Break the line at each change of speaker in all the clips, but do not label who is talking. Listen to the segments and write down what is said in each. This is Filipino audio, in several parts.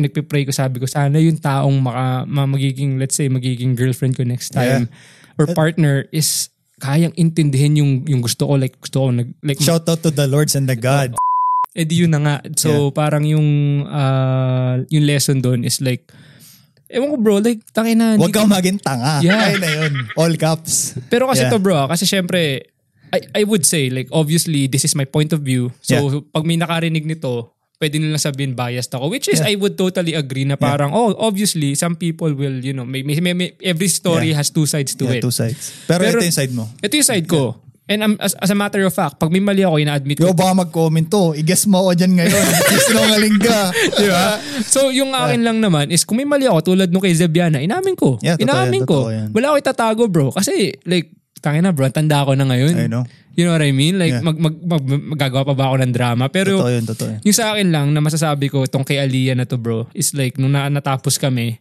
pinagpipray ko, sabi ko, sana yung taong maka, ma- magiging, let's say, magiging girlfriend ko next time or partner is kayang intindihin yung yung gusto ko like gusto ko nag like
Shout out to the lords and the god.
eh di yun na nga. So parang yung ah, yung lesson doon is like ewan ko bro like tangin na
Huwag kang maging tanga.
Yeah.
Ayun na yun. All caps.
Pero kasi
Yeah.
to bro, ah, kasi syempre I I would say like obviously this is my point of view. So pag may nakarinig nito, pwede nilang sabihin biased ako which is I would totally agree na parang oh obviously some people will you know may, may, may, may- every story has two sides to
Yeah,
it.
two sides. Pero,
Pero-
ito yung side mo.
Ito yung side ko. And um, as, as a matter of fact, pag may mali ako, ina-admit ko.
Yo, baka mag-comment to. I-guess mo ako dyan ngayon. Sinungaling ka.
Di ba? So, yung akin lang naman is kung may mali ako tulad nung kay Zebiana, inamin ko.
Yeah, totoo
inamin
yan,
ko.
totoo yan.
Wala ako itatago bro. Kasi like, tangin na bro, ang tanda ako na ngayon.
I know.
You know what I mean? Like,
Yeah.
mag, mag, mag, magagawa pa ba ako ng drama? Pero
Totoo yun, totoo yun.
yung sa akin lang na masasabi ko tong kay Aliyah na to bro is like nung na, natapos kami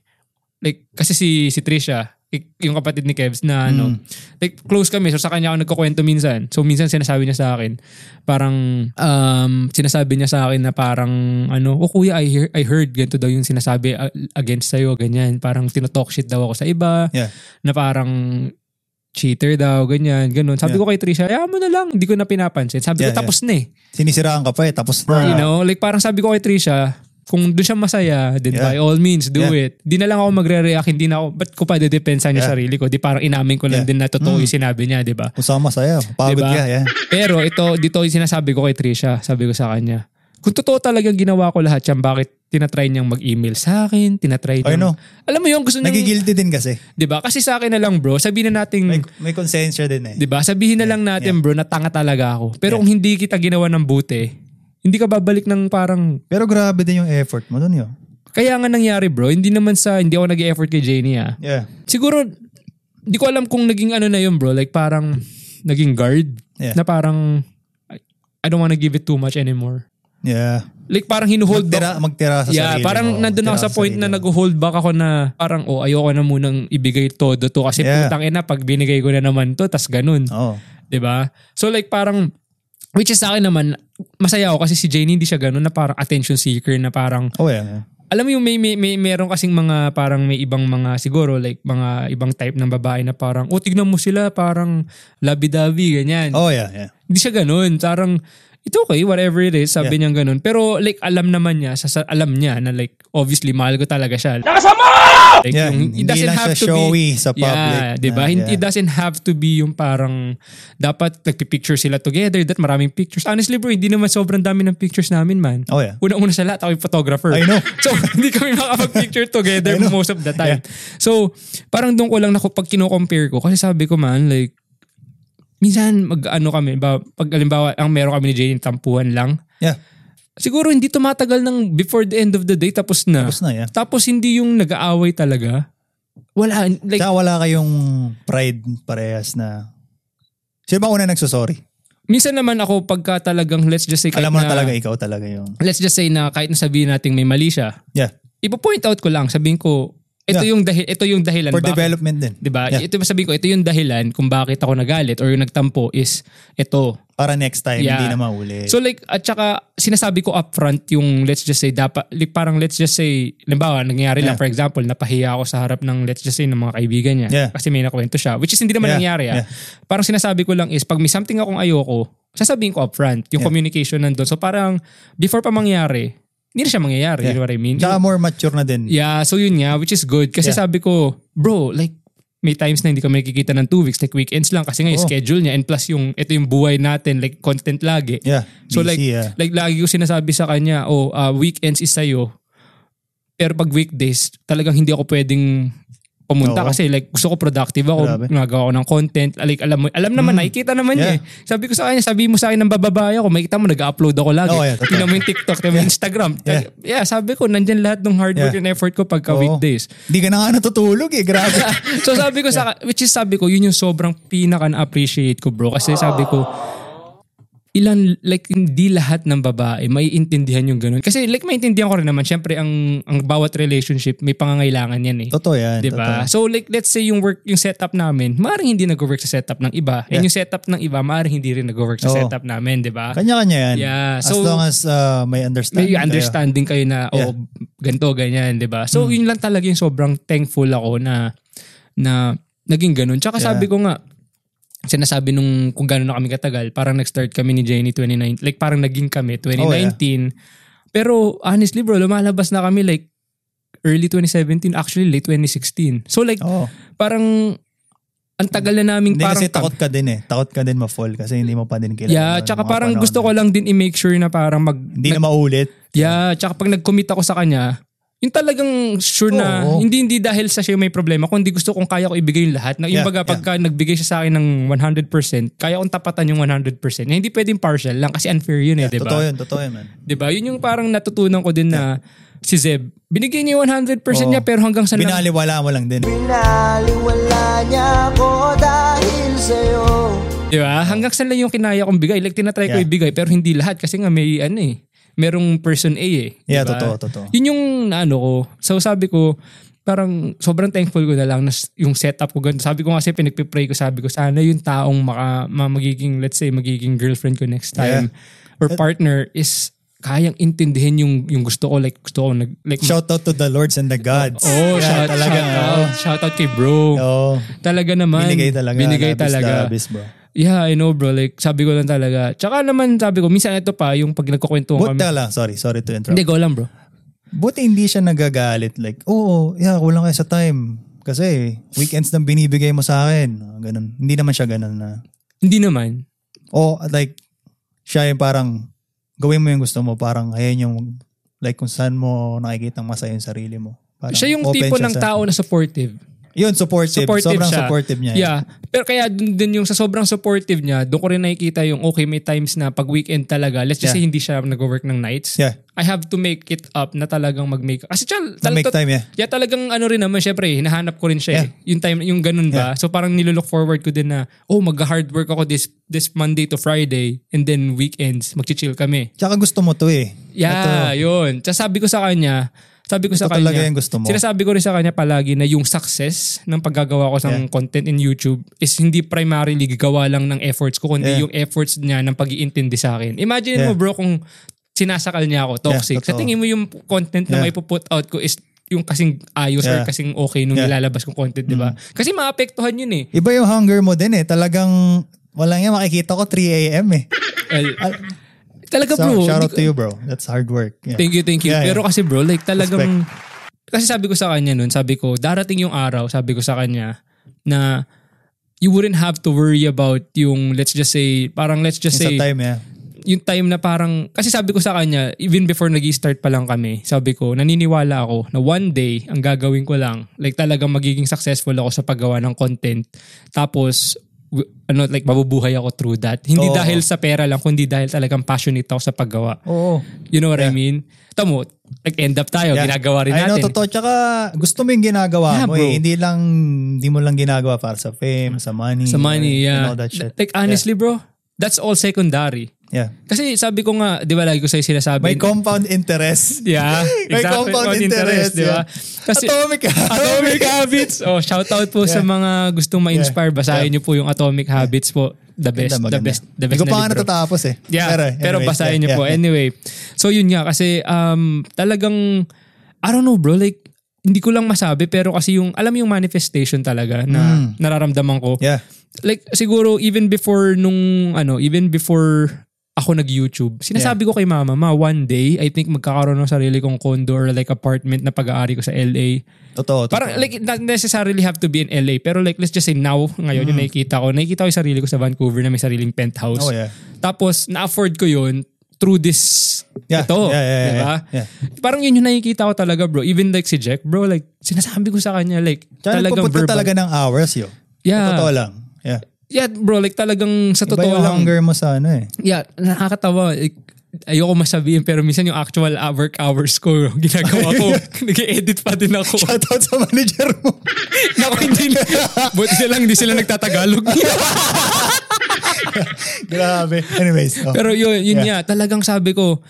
like kasi si si Trisha ik- yung kapatid ni Kevs na ano
Mm.
like close kami so sa kanya ako nagkukwento minsan so minsan sinasabi niya sa akin parang um, sinasabi niya sa akin na parang ano oh kuya I, hear, I heard ganito daw yung sinasabi uh, against sa'yo ganyan parang tinotalk shit daw ako sa iba
Yeah.
na parang cheater daw ganyan ganun sabi
Yeah.
ko kay Trisha yeah mo na lang hindi ko na pinapansin sabi
Yeah,
ko tapos na eh
Sinisiraan ka pa eh. Tapos
You
na.
know, like parang sabi ko kay Trisha, kung doon siya masaya, then
Yeah.
by all means, do
Yeah.
it. Di na lang ako magre-react, hindi na ako, ba't ko pa didepensahan yung
Yeah.
sarili ko? Di parang inamin ko lang
Yeah. Mm.
din na totoo yung sinabi niya, di ba?
Kung saan masaya. Pagod
Diba?
ka. Yeah.
Pero ito, dito yung sinasabi ko kay Trisha, sabi ko sa kanya, kung totoo talaga ginawa ko lahat yan, bakit tinatry niyang mag-email sa akin, tinatry
I
niyang...
know.
Alam mo yung gusto niyang...
Nagigilty din kasi.
Di ba? Kasi sa akin na lang bro, sabihin na natin...
May, may konsensya din eh.
Hmm. 'Di ba? Diba? Sabihin na lang natin, bro, na tanga talaga ako. Pero kung hindi kita ginawa ng buti, hindi ka babalik ng parang
Pero grabe din yung effort mo dun yun.
Kaya nga nangyari bro, hindi naman sa, hindi ako nag-effort kay Janie ah.
Yeah.
Siguro, di ko alam kung naging ano na yun bro, like parang naging guard
Yeah.
na parang I- I don't wanna give it too much anymore.
Yeah.
Like parang hinuhold
Magtira,
back.
magtira sa
Yeah,
sarili
parang
mo.
nandun ako
Magtira
sa point
sarili
na
mo.
nag-hold back ako na parang oh ayoko na munang ibigay todo to kasi
Yeah.
putang ina pag binigay ko na naman to tas ganun.
Oo.
'di ba? So like parang which is sa akin naman masaya ako kasi si Janie hindi siya ganun na parang attention seeker na parang
Oh, yeah.
alam mo yung may, may, may meron kasing mga parang may ibang mga siguro like mga ibang type ng babae na parang oh tignan mo sila parang labi-dabi ganyan.
Oh, yeah, yeah.
Hindi siya ganun. Parang it's okay whatever it is sabi niya ganun. Pero like alam naman niya sa, sa- alam niya na like obviously mahal ko talaga siya. Like,
Yeah,
yung, it
hindi
doesn't
lang
have to
siya
be
showy sa public
Yeah, 'di ba?
na,
Hin-
yeah.
It doesn't have to be yung parang dapat nagpi-picture sila together, that maraming pictures. Honestly bro, hindi naman sobrang dami ng pictures namin man.
Oh, yeah.
Una-una sa lahat, ako yung photographer.
I know.
so, hindi kami makakapag-picture together
I know.
most of the time. So, parang doon ko lang na pag kino-compare ko, kasi sabi ko man, like, minsan mag-ano kami, ba, pag alimbawa, ang meron kami ni Jane, tampuhan lang.
Yeah.
Siguro hindi tumatagal ng before the end of the day, tapos na.
Tapos na, yeah.
Tapos hindi yung nag-aaway talaga. Wala, like,
Tsaka wala kayong pride parehas na... Sino ba una nagsusorry?
minsan naman ako pagka talagang, let's just say, kahit
Alam mo na, talaga, ikaw talaga yung...
let's just say na kahit nasabihin natin may mali siya,
Yeah.
ipo-point out ko lang, sabihin ko, ito
Yeah.
yung dahil ito yung dahilan
For
bakit-
development din.
'di ba? Diba?
Yeah.
Ito ba sabihin ko, ito yung dahilan kung bakit ako nagalit or yung nagtampo is ito.
Para next time,
Yeah.
hindi na mauli.
So like at saka sinasabi ko upfront yung let's just say dapat like, parang let's just say limbawa nangyari lang
Yeah.
for example napahiya ako sa harap ng let's just say ng mga kaibigan niya
Yeah.
kasi may nakwento siya which is hindi naman
Yeah.
nangyari ah.
Yeah.
Parang sinasabi ko lang is pag may something akong ayoko sasabihin ko upfront yung
Yeah.
communication nandun. So parang before pa mangyari hindi na siya mangyayari.
Yeah.
You know what I mean?
Tsaka more mature na din.
Yeah, so yun nga, which is good. Kasi
Yeah.
sabi ko, bro, like, may times na hindi kami nakikita ng two weeks, like weekends lang kasi nga yung
Oo.
schedule niya and plus yung, ito yung buhay natin, like content lagi.
Yeah.
So
Busy, ah.
like,
yeah.
like lagi ko sinasabi sa kanya, oh, ah, weekends is sa'yo. Pero pag weekdays, talagang hindi ako pwedeng pumunta
Oo.
kasi like gusto ko productive ako,
Grabe. Hmm.
nagawa ko ng content. Like alam mo, alam naman, nakikita naman niya.
Yeah.
eh. Sabi ko sa kanya, sabi mo sa akin ng bababaya ko, makikita mo nag-upload ako lagi.
Oo, Oh, yeah, totoo.
Tingnan mo yung TikTok, tingnan mo yung Instagram.
Yeah.
Yeah. sabi ko, nandyan lahat ng hard work
Yeah.
and effort ko pagka
Oo.
weekdays.
Hindi ka na nga natutulog eh. Grabe.
so sabi ko sa which is sabi ko yun yung sobrang pinaka na appreciate ko bro kasi sabi ko ilan, like, hindi lahat ng babae maiintindihan yung ganun. Kasi, like, maintindihan ko rin naman, syempre, ang, ang bawat relationship, may pangangailangan yan eh.
Totoo yan.
Diba? So like let's say yung work yung setup namin, maaring hindi nag-work sa setup ng iba. And
Yeah.
yung setup ng iba, maaring hindi rin nag-work sa
Oo.
setup namin, diba? 'di
totoo.
ba?
Kanya-kanya yan.
Yeah,
As
so-
long as uh, may
May
understanding. kayo.
understanding kayo na
Yeah. Hmm.
oh ganito ganyan, 'di ba? So yun lang talaga yung sobrang thankful ako na na naging ganun. Tsaka
Yeah.
sabi ko nga sinasabi nung kung gano'n na kami katagal, parang nag-start kami ni Jenny 2019, like parang naging
Oh,
kami 2019. Pero honestly bro, lumalabas na kami like early 2017, actually late 2016. So like
Oo.
parang ang tagal na naming
Oh. Hindi
parang
kasi takot ka din eh. Takot ka din ma-fall kasi hindi mo pa din kilala.
Yeah,
yung
tsaka
mga
parang
panahon
gusto
na-
ko lang din i-make sure na parang mag
Hindi
nag-
na maulit.
Yeah, tsaka pag nag-commit ako sa kanya, yung talagang sure na
Oo.
hindi hindi dahil sa siya yung may problema, kundi gusto kong kaya ko ibigay yung lahat. Na yung
Yeah,
baga
yeah.
pagka nagbigay siya sa akin ng 100%, kaya kong tapatan yung 100%. Na hindi pwedeng partial lang kasi unfair yun eh, 'di ba?
Totoo yun, totoo yun man.
'Di ba? Yun yung parang natutunan ko din na si Zeb, binigay niya yung 100%
Oo.
niya pero hanggang sa
Binaliwala mo lang din.
Pinaliwala niya ako dahil sa'yo
Di ba? diba? Hanggang saan lang yung kinaya kong bigay. Like, tinatry ko
Yeah.
ibigay, pero hindi lahat. Kasi nga may, ano eh, merong person A eh. Di
Yeah,
ba?
totoo, totoo.
Yun yung, ano ko, so sabi ko, parang sobrang thankful ko na lang na s- yung setup ko ganito. Sabi ko kasi pinagpipray ko, sabi ko, sana yung taong maka, ma- magiging, let's say, magiging girlfriend ko next time or partner is kayang intindihin yung yung gusto ko like gusto ko nag like
Shout out to the lords and the gods.
oh
Yeah,
shout, shout out Oh, shout out kay bro
Oo.
talaga naman
Binigay
Oh.
talaga.
binigay
labis
talaga
na Labis, bro.
Yeah, I know bro. Like, sabi ko lang talaga. Tsaka naman sabi ko, minsan ito pa, yung pag nagkukwentuhan
But
kami.
teka lang, sorry, sorry to interrupt.
Hindi, go lang bro.
Buti hindi siya nagagalit. Like, oo, yeah, kulang kayo sa time. Kasi weekends nang binibigay mo sa akin. Ah, Ganun. Hindi naman siya ganun na.
Hindi naman.
O like, siya yung parang, gawin mo yung gusto mo. Parang, ayan yung, like kung saan mo nakikita masaya yung sarili mo. Parang
siya yung
open
tipo
siya
ng
sa-
tao na supportive.
Yun, supportive.
Supportive
Sobrang
siya.
supportive niya. eh.
Yeah. Pero kaya dun din yung sa sobrang supportive niya, doon ko rin nakikita yung okay, may times na pag weekend talaga, let's just
Yeah.
say hindi siya nag-work ng nights.
Yeah.
I have to make it up na talagang mag-make. Kasi siya,
Na make
tal-
time, yeah.
Yeah, talagang ano rin naman, syempre, hinahanap ko rin siya eh. Yung time, yung ganun ba? So parang nilolook forward ko din na, oh, mag-hard work ako this this Monday to Friday and then weekends, mag-chill kami.
Tsaka gusto mo to eh.
Yeah, yun. Tapos sabi ko sa kanya, sabi ko sa
Ito
kanya,
talaga yung gusto mo.
sinasabi ko rin sa kanya palagi na yung success ng paggagawa ko ng content in YouTube is hindi primarily gawa lang ng efforts ko, kundi
Yeah.
yung efforts niya ng pag-iintindi sa akin. Imagine
Yeah.
mo bro kung sinasakal niya ako, toxic.
Yeah,
sa
totoo.
tingin mo yung content na
Yeah.
may put out ko is yung kasing ayos or
Yeah.
kasing okay nung
Yeah. Mm.
nilalabas kong content, di ba? Kasi maapektuhan yun eh.
Iba yung hunger mo din eh. Talagang, wala nga makikita ko 3 a.m. eh.
Well, talaga
So,
bro.
shout
hindi
out to you bro. That's hard work. Yeah.
Thank you, thank you.
Yeah,
Pero
yeah.
kasi bro, like talagang... Kasi sabi ko sa kanya nun, sabi ko, darating yung araw, sabi ko sa kanya, na you wouldn't have to worry about yung, let's just say, parang let's just
Yung sa
say,
time yeah.
yung time na parang, kasi sabi ko sa kanya, even before nag start pa lang kami, sabi ko, naniniwala ako na one day, ang gagawin ko lang, like talagang magiging successful ako sa paggawa ng content. Tapos, w- ano, like mabubuhay ako through that. Hindi
Oo.
dahil sa pera lang, kundi dahil talagang passionate ako sa paggawa.
Oo.
You know what I mean? Tamo, nag-end up tayo.
Yeah.
Ginagawa rin
I know,
natin.
totoo. Tsaka gusto mo yung ginagawa
Yeah,
mo
bro.
eh. Hindi lang, hindi mo lang ginagawa para sa fame, sa money.
Sa money,
and
yeah.
all that shit.
Like honestly bro, that's all secondary.
Yeah.
Kasi sabi ko nga, di ba lagi ko sa'yo sinasabi.
May compound interest.
Yeah.
May compound interest,
di ba?
yeah. Atomic
Atomic Habits. Oh, shout out po sa mga gustong ma-inspire. Basahin niyo po yung Atomic Habits po. The best,
Maganda,
the
maganda.
best, the best
Hindi ko
na
pa nga
libro.
natatapos eh.
Yeah, pero,
anyways,
basahin
yeah,
niyo po.
yeah,
Anyway, so yun nga kasi um, talagang, I don't know bro, like, hindi ko lang masabi pero kasi yung, alam mo yung manifestation talaga na nararamdaman ko.
Mm. Yeah.
Like siguro even before nung, ano, even before ako nag-YouTube, sinasabi ko kay mama, ma, one day, I think magkakaroon ng sarili kong condo or like apartment na pag-aari ko sa LA.
Totoo. totoo.
Parang like it not necessarily have to be in LA pero like let's just say now ngayon yung nakikita ko nakikita ko yung sarili ko sa Vancouver na may sariling penthouse.
Mm. Oh, yeah.
Tapos na-afford ko yun through this
Yeah,
ito.
yeah, yeah, yeah,
diba?
yeah.
Parang yun yung nakikita ko talaga bro. Even like si Jack bro like sinasabi ko sa kanya like
Tsaka
talagang
nagpupunta
verbal.
talaga ng hours yo.
Yeah.
Totoo lang. Yeah.
Yeah bro like talagang sa Ah.
Iba
totoo
yung
lang.
hunger mo sa ano eh.
Yeah nakakatawa. Like, ayoko masabihin pero minsan yung actual uh, work hours ko ginagawa ko nag-edit pa din ako
Shoutout sa manager mo.
Naku, hindi. Buti silang hindi sila nagtatagalog.
Grabe. Anyways. oh.
Pero yun, yun
Yeah.
nga, talagang sabi ko,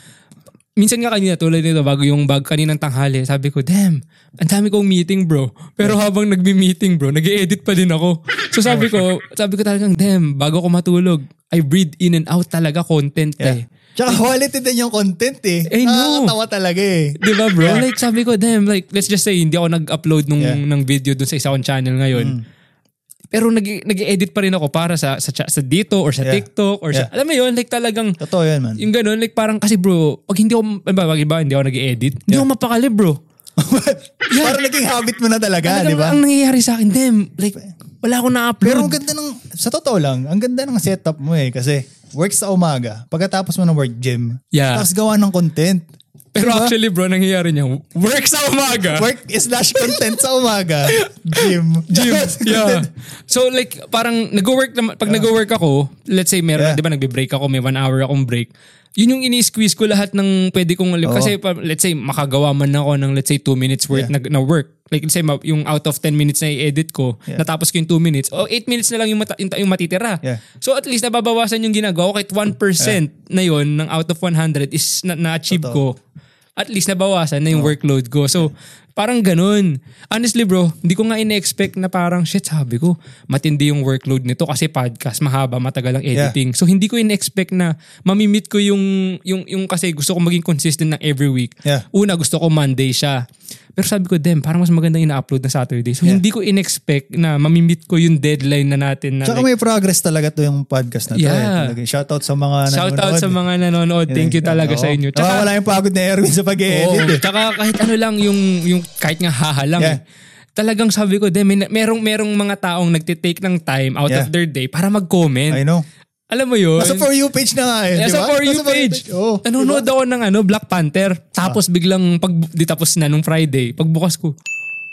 minsan nga kanina tulad nito, bago yung bag kaninang tanghali, sabi ko, damn, ang dami kong meeting bro. Pero habang nagbi-meeting bro, nag edit pa din ako. So sabi ko, sabi ko talagang, damn, bago ko matulog, I breathe in and out talaga content eh.
Tsaka quality din yung content eh.
I know.
Nakakatawa talaga eh.
Di ba bro? Like sabi ko, damn, like let's just say hindi ako nag-upload nung
Yeah. Mm.
ng video dun sa isa kong channel ngayon. Pero nag- nag-edit pa rin ako para sa sa, cha- sa dito or sa
Yeah.
TikTok or sa
Yeah.
alam mo yun, like talagang
Totoo yan man.
yung ganun, like parang kasi bro, pag hindi ako, ba, pag iba, hindi ako nag-edit, hindi ako mapakali bro.
Parang naging habit mo na talaga,
Talagang
di ba?
ang nangyayari sa akin, damn, like wala akong na-upload.
diba? Pero ang ganda ng, sa totoo lang, ang ganda ng setup mo eh. Kasi work sa umaga, pagkatapos mo ng work gym,
Yeah.
tapos gawa ng content.
Pero
Diba?
actually bro, nangyayari niya, work sa umaga.
work slash content sa umaga, gym.
Gym.
Tapos
yeah.
content.
So like parang nag-work naman pag nag-work ako, let's say meron,
Yeah.
'di ba nagbe-break ako, may one hour akong break. Yun yung ini-squeeze ko lahat ng pwede kong alam.
Oo.
Kasi pa- let's say makagawa man ako ng let's say 2 minutes worth
Yeah.
na, na work. Like let's say ma- yung out of 10 minutes na i-edit ko,
Yeah.
natapos ko yung 2 minutes. O 8 minutes na lang yung, mata- yung, yung matitira.
Yeah.
So at least nababawasan yung ginagawa ko. Kahit 1% na yun ng out of 100 is na- na-achieve
Eh. Totoo.
ko at least nabawasan na yung workload ko. So, parang ganun. Honestly bro, hindi ko nga in-expect na parang, shit, sabi ko, matindi yung workload nito kasi podcast, mahaba, matagal ang editing. So, hindi ko in-expect na mamimit ko yung, yung, yung kasi gusto ko maging consistent ng every week.
Yeah.
Una, gusto ko Monday siya. Pero sabi ko, damn, parang mas maganda ina-upload na Saturday. So,
Yeah.
hindi ko in-expect na mamimit ko yung deadline na natin. Na
Tsaka
like,
may progress talaga to yung podcast na to.
Yeah.
Eh. Talaga, shoutout sa mga
shout out
nanonood.
sa mga nanonood. Thank you talaga sa inyo.
Tsaka,
Tsaka-
wala yung pagod na Erwin sa pag-edit
Oo.
eh.
Tsaka kahit ano lang yung, yung kahit nga haha lang.
Yeah.
eh. Talagang sabi ko, de, may, merong, merong mga taong nagtitake ng time out
Yeah.
of their day para
I
mag-comment.
know.
Alam mo yun?
Nasa for you page na nga eh.
Nasa
di ba?
For You
Nasa
page.
Oo. Diba?
Nanonood ako ng ano, Black Panther. Tapos
Ah.
biglang, pag, di tapos na nung Friday, pagbukas ko,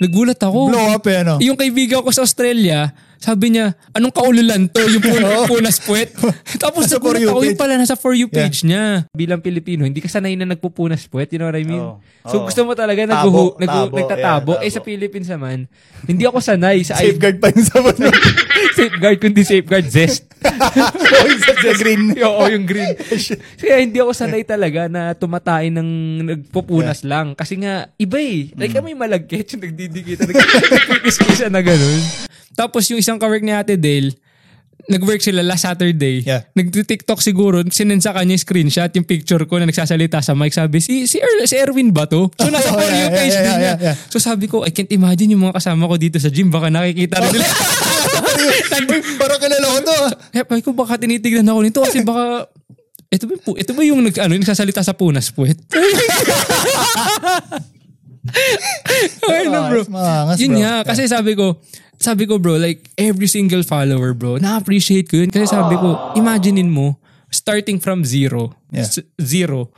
nagulat ako.
Blow up eh ano.
Yung kaibigan ko sa Australia, sabi niya, anong kaululan to? Yung
Oo.
pun- punas puwet. Tapos
Nasa For
nagulat
You
ako, yung
page.
pala nasa For You
Yeah.
page niya. Bilang Pilipino, hindi ka sanay na nagpupunas puwet. You know what I mean?
Oo.
So
Oo.
gusto mo talaga
Tabo,
naguhu, nagu,
tabo,
nagtatabo.
yeah,
eh
tabo.
sa Philippines naman, hindi ako sanay sa
Safeguard pa yung sabon mo.
safeguard kundi safeguard zest.
sa green.
Oo, yung green. Kaya hindi ako sanay talaga na tumatain ng nagpupunas lang. Kasi nga, iba eh. Like,
Mm.
kami malagkit yung nagdidikita. Nagkikis-kisa na ganun. Tapos yung isang kawork ni Ate Dale, nag-work sila last Saturday.
Yeah.
Nag-tiktok siguro, sinend sa kanya yung screenshot, yung picture ko na nagsasalita sa mic. Sabi, si, si, Earl, si Erwin ba to? So, nasa
Oh,
for
yeah,
you
yeah,
page
yeah,
din
yeah,
niya.
yeah.
So, sabi ko, I can't imagine yung mga kasama ko dito sa gym. Baka nakikita rin nila.
Uy, Parang kilala ko to. ah.
Kaya sabi ko Eh, baka tinitignan ako nito kasi baka ito ba yung, pu- ito ba yung nag, ano, yung nagsasalita sa punas puwet? Ay na bro.
Maangas, maangas,
Yun
bro.
nga, kasi sabi ko, sabi ko bro, like every single follower bro, na-appreciate ko yun. Kasi sabi ko, imaginein mo, starting from zero,
Yeah.
s- zero,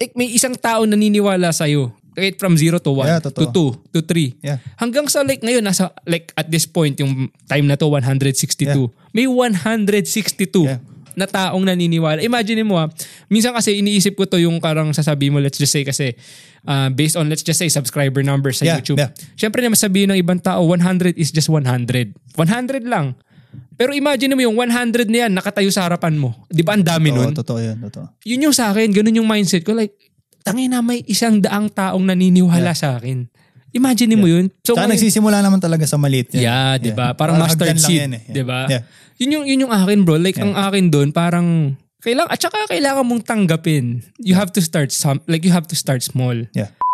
like may isang tao naniniwala sa'yo. Right from zero to one,
Yeah,
to
totoo.
two, to three.
Yeah.
Hanggang sa like ngayon, nasa like at this point, yung time na to, 162.
Yeah.
May 162
Yeah.
na taong naniniwala. Imagine mo ha, minsan kasi iniisip ko to yung karang sasabi mo, let's just say kasi, uh, based on let's just say subscriber numbers sa
Yeah,
YouTube.
yeah.
Siyempre naman sabihin ng ibang tao, 100 is just 100. 100 lang. Pero imagine mo yung 100 na yan, nakatayo sa harapan mo. Di ba ang dami
Oo,
nun?
totoo yun. Totoo.
yun yung sa akin, ganun yung mindset ko. Like, tangin na may isang daang taong naniniwala sa akin. Imagine mo yun. So,
Saka
ngayon-
nagsisimula naman talaga sa maliit. yan.
Yeah, 'di ba? Parang mustard
hagdan lang
seed, diba?
yan eh. Yeah.
'di ba?
Yeah.
Yun yung yun yung akin, bro. Like ang akin doon parang kailangan at saka kailangan mong tanggapin. You have to start some like you have to start small.
Yeah.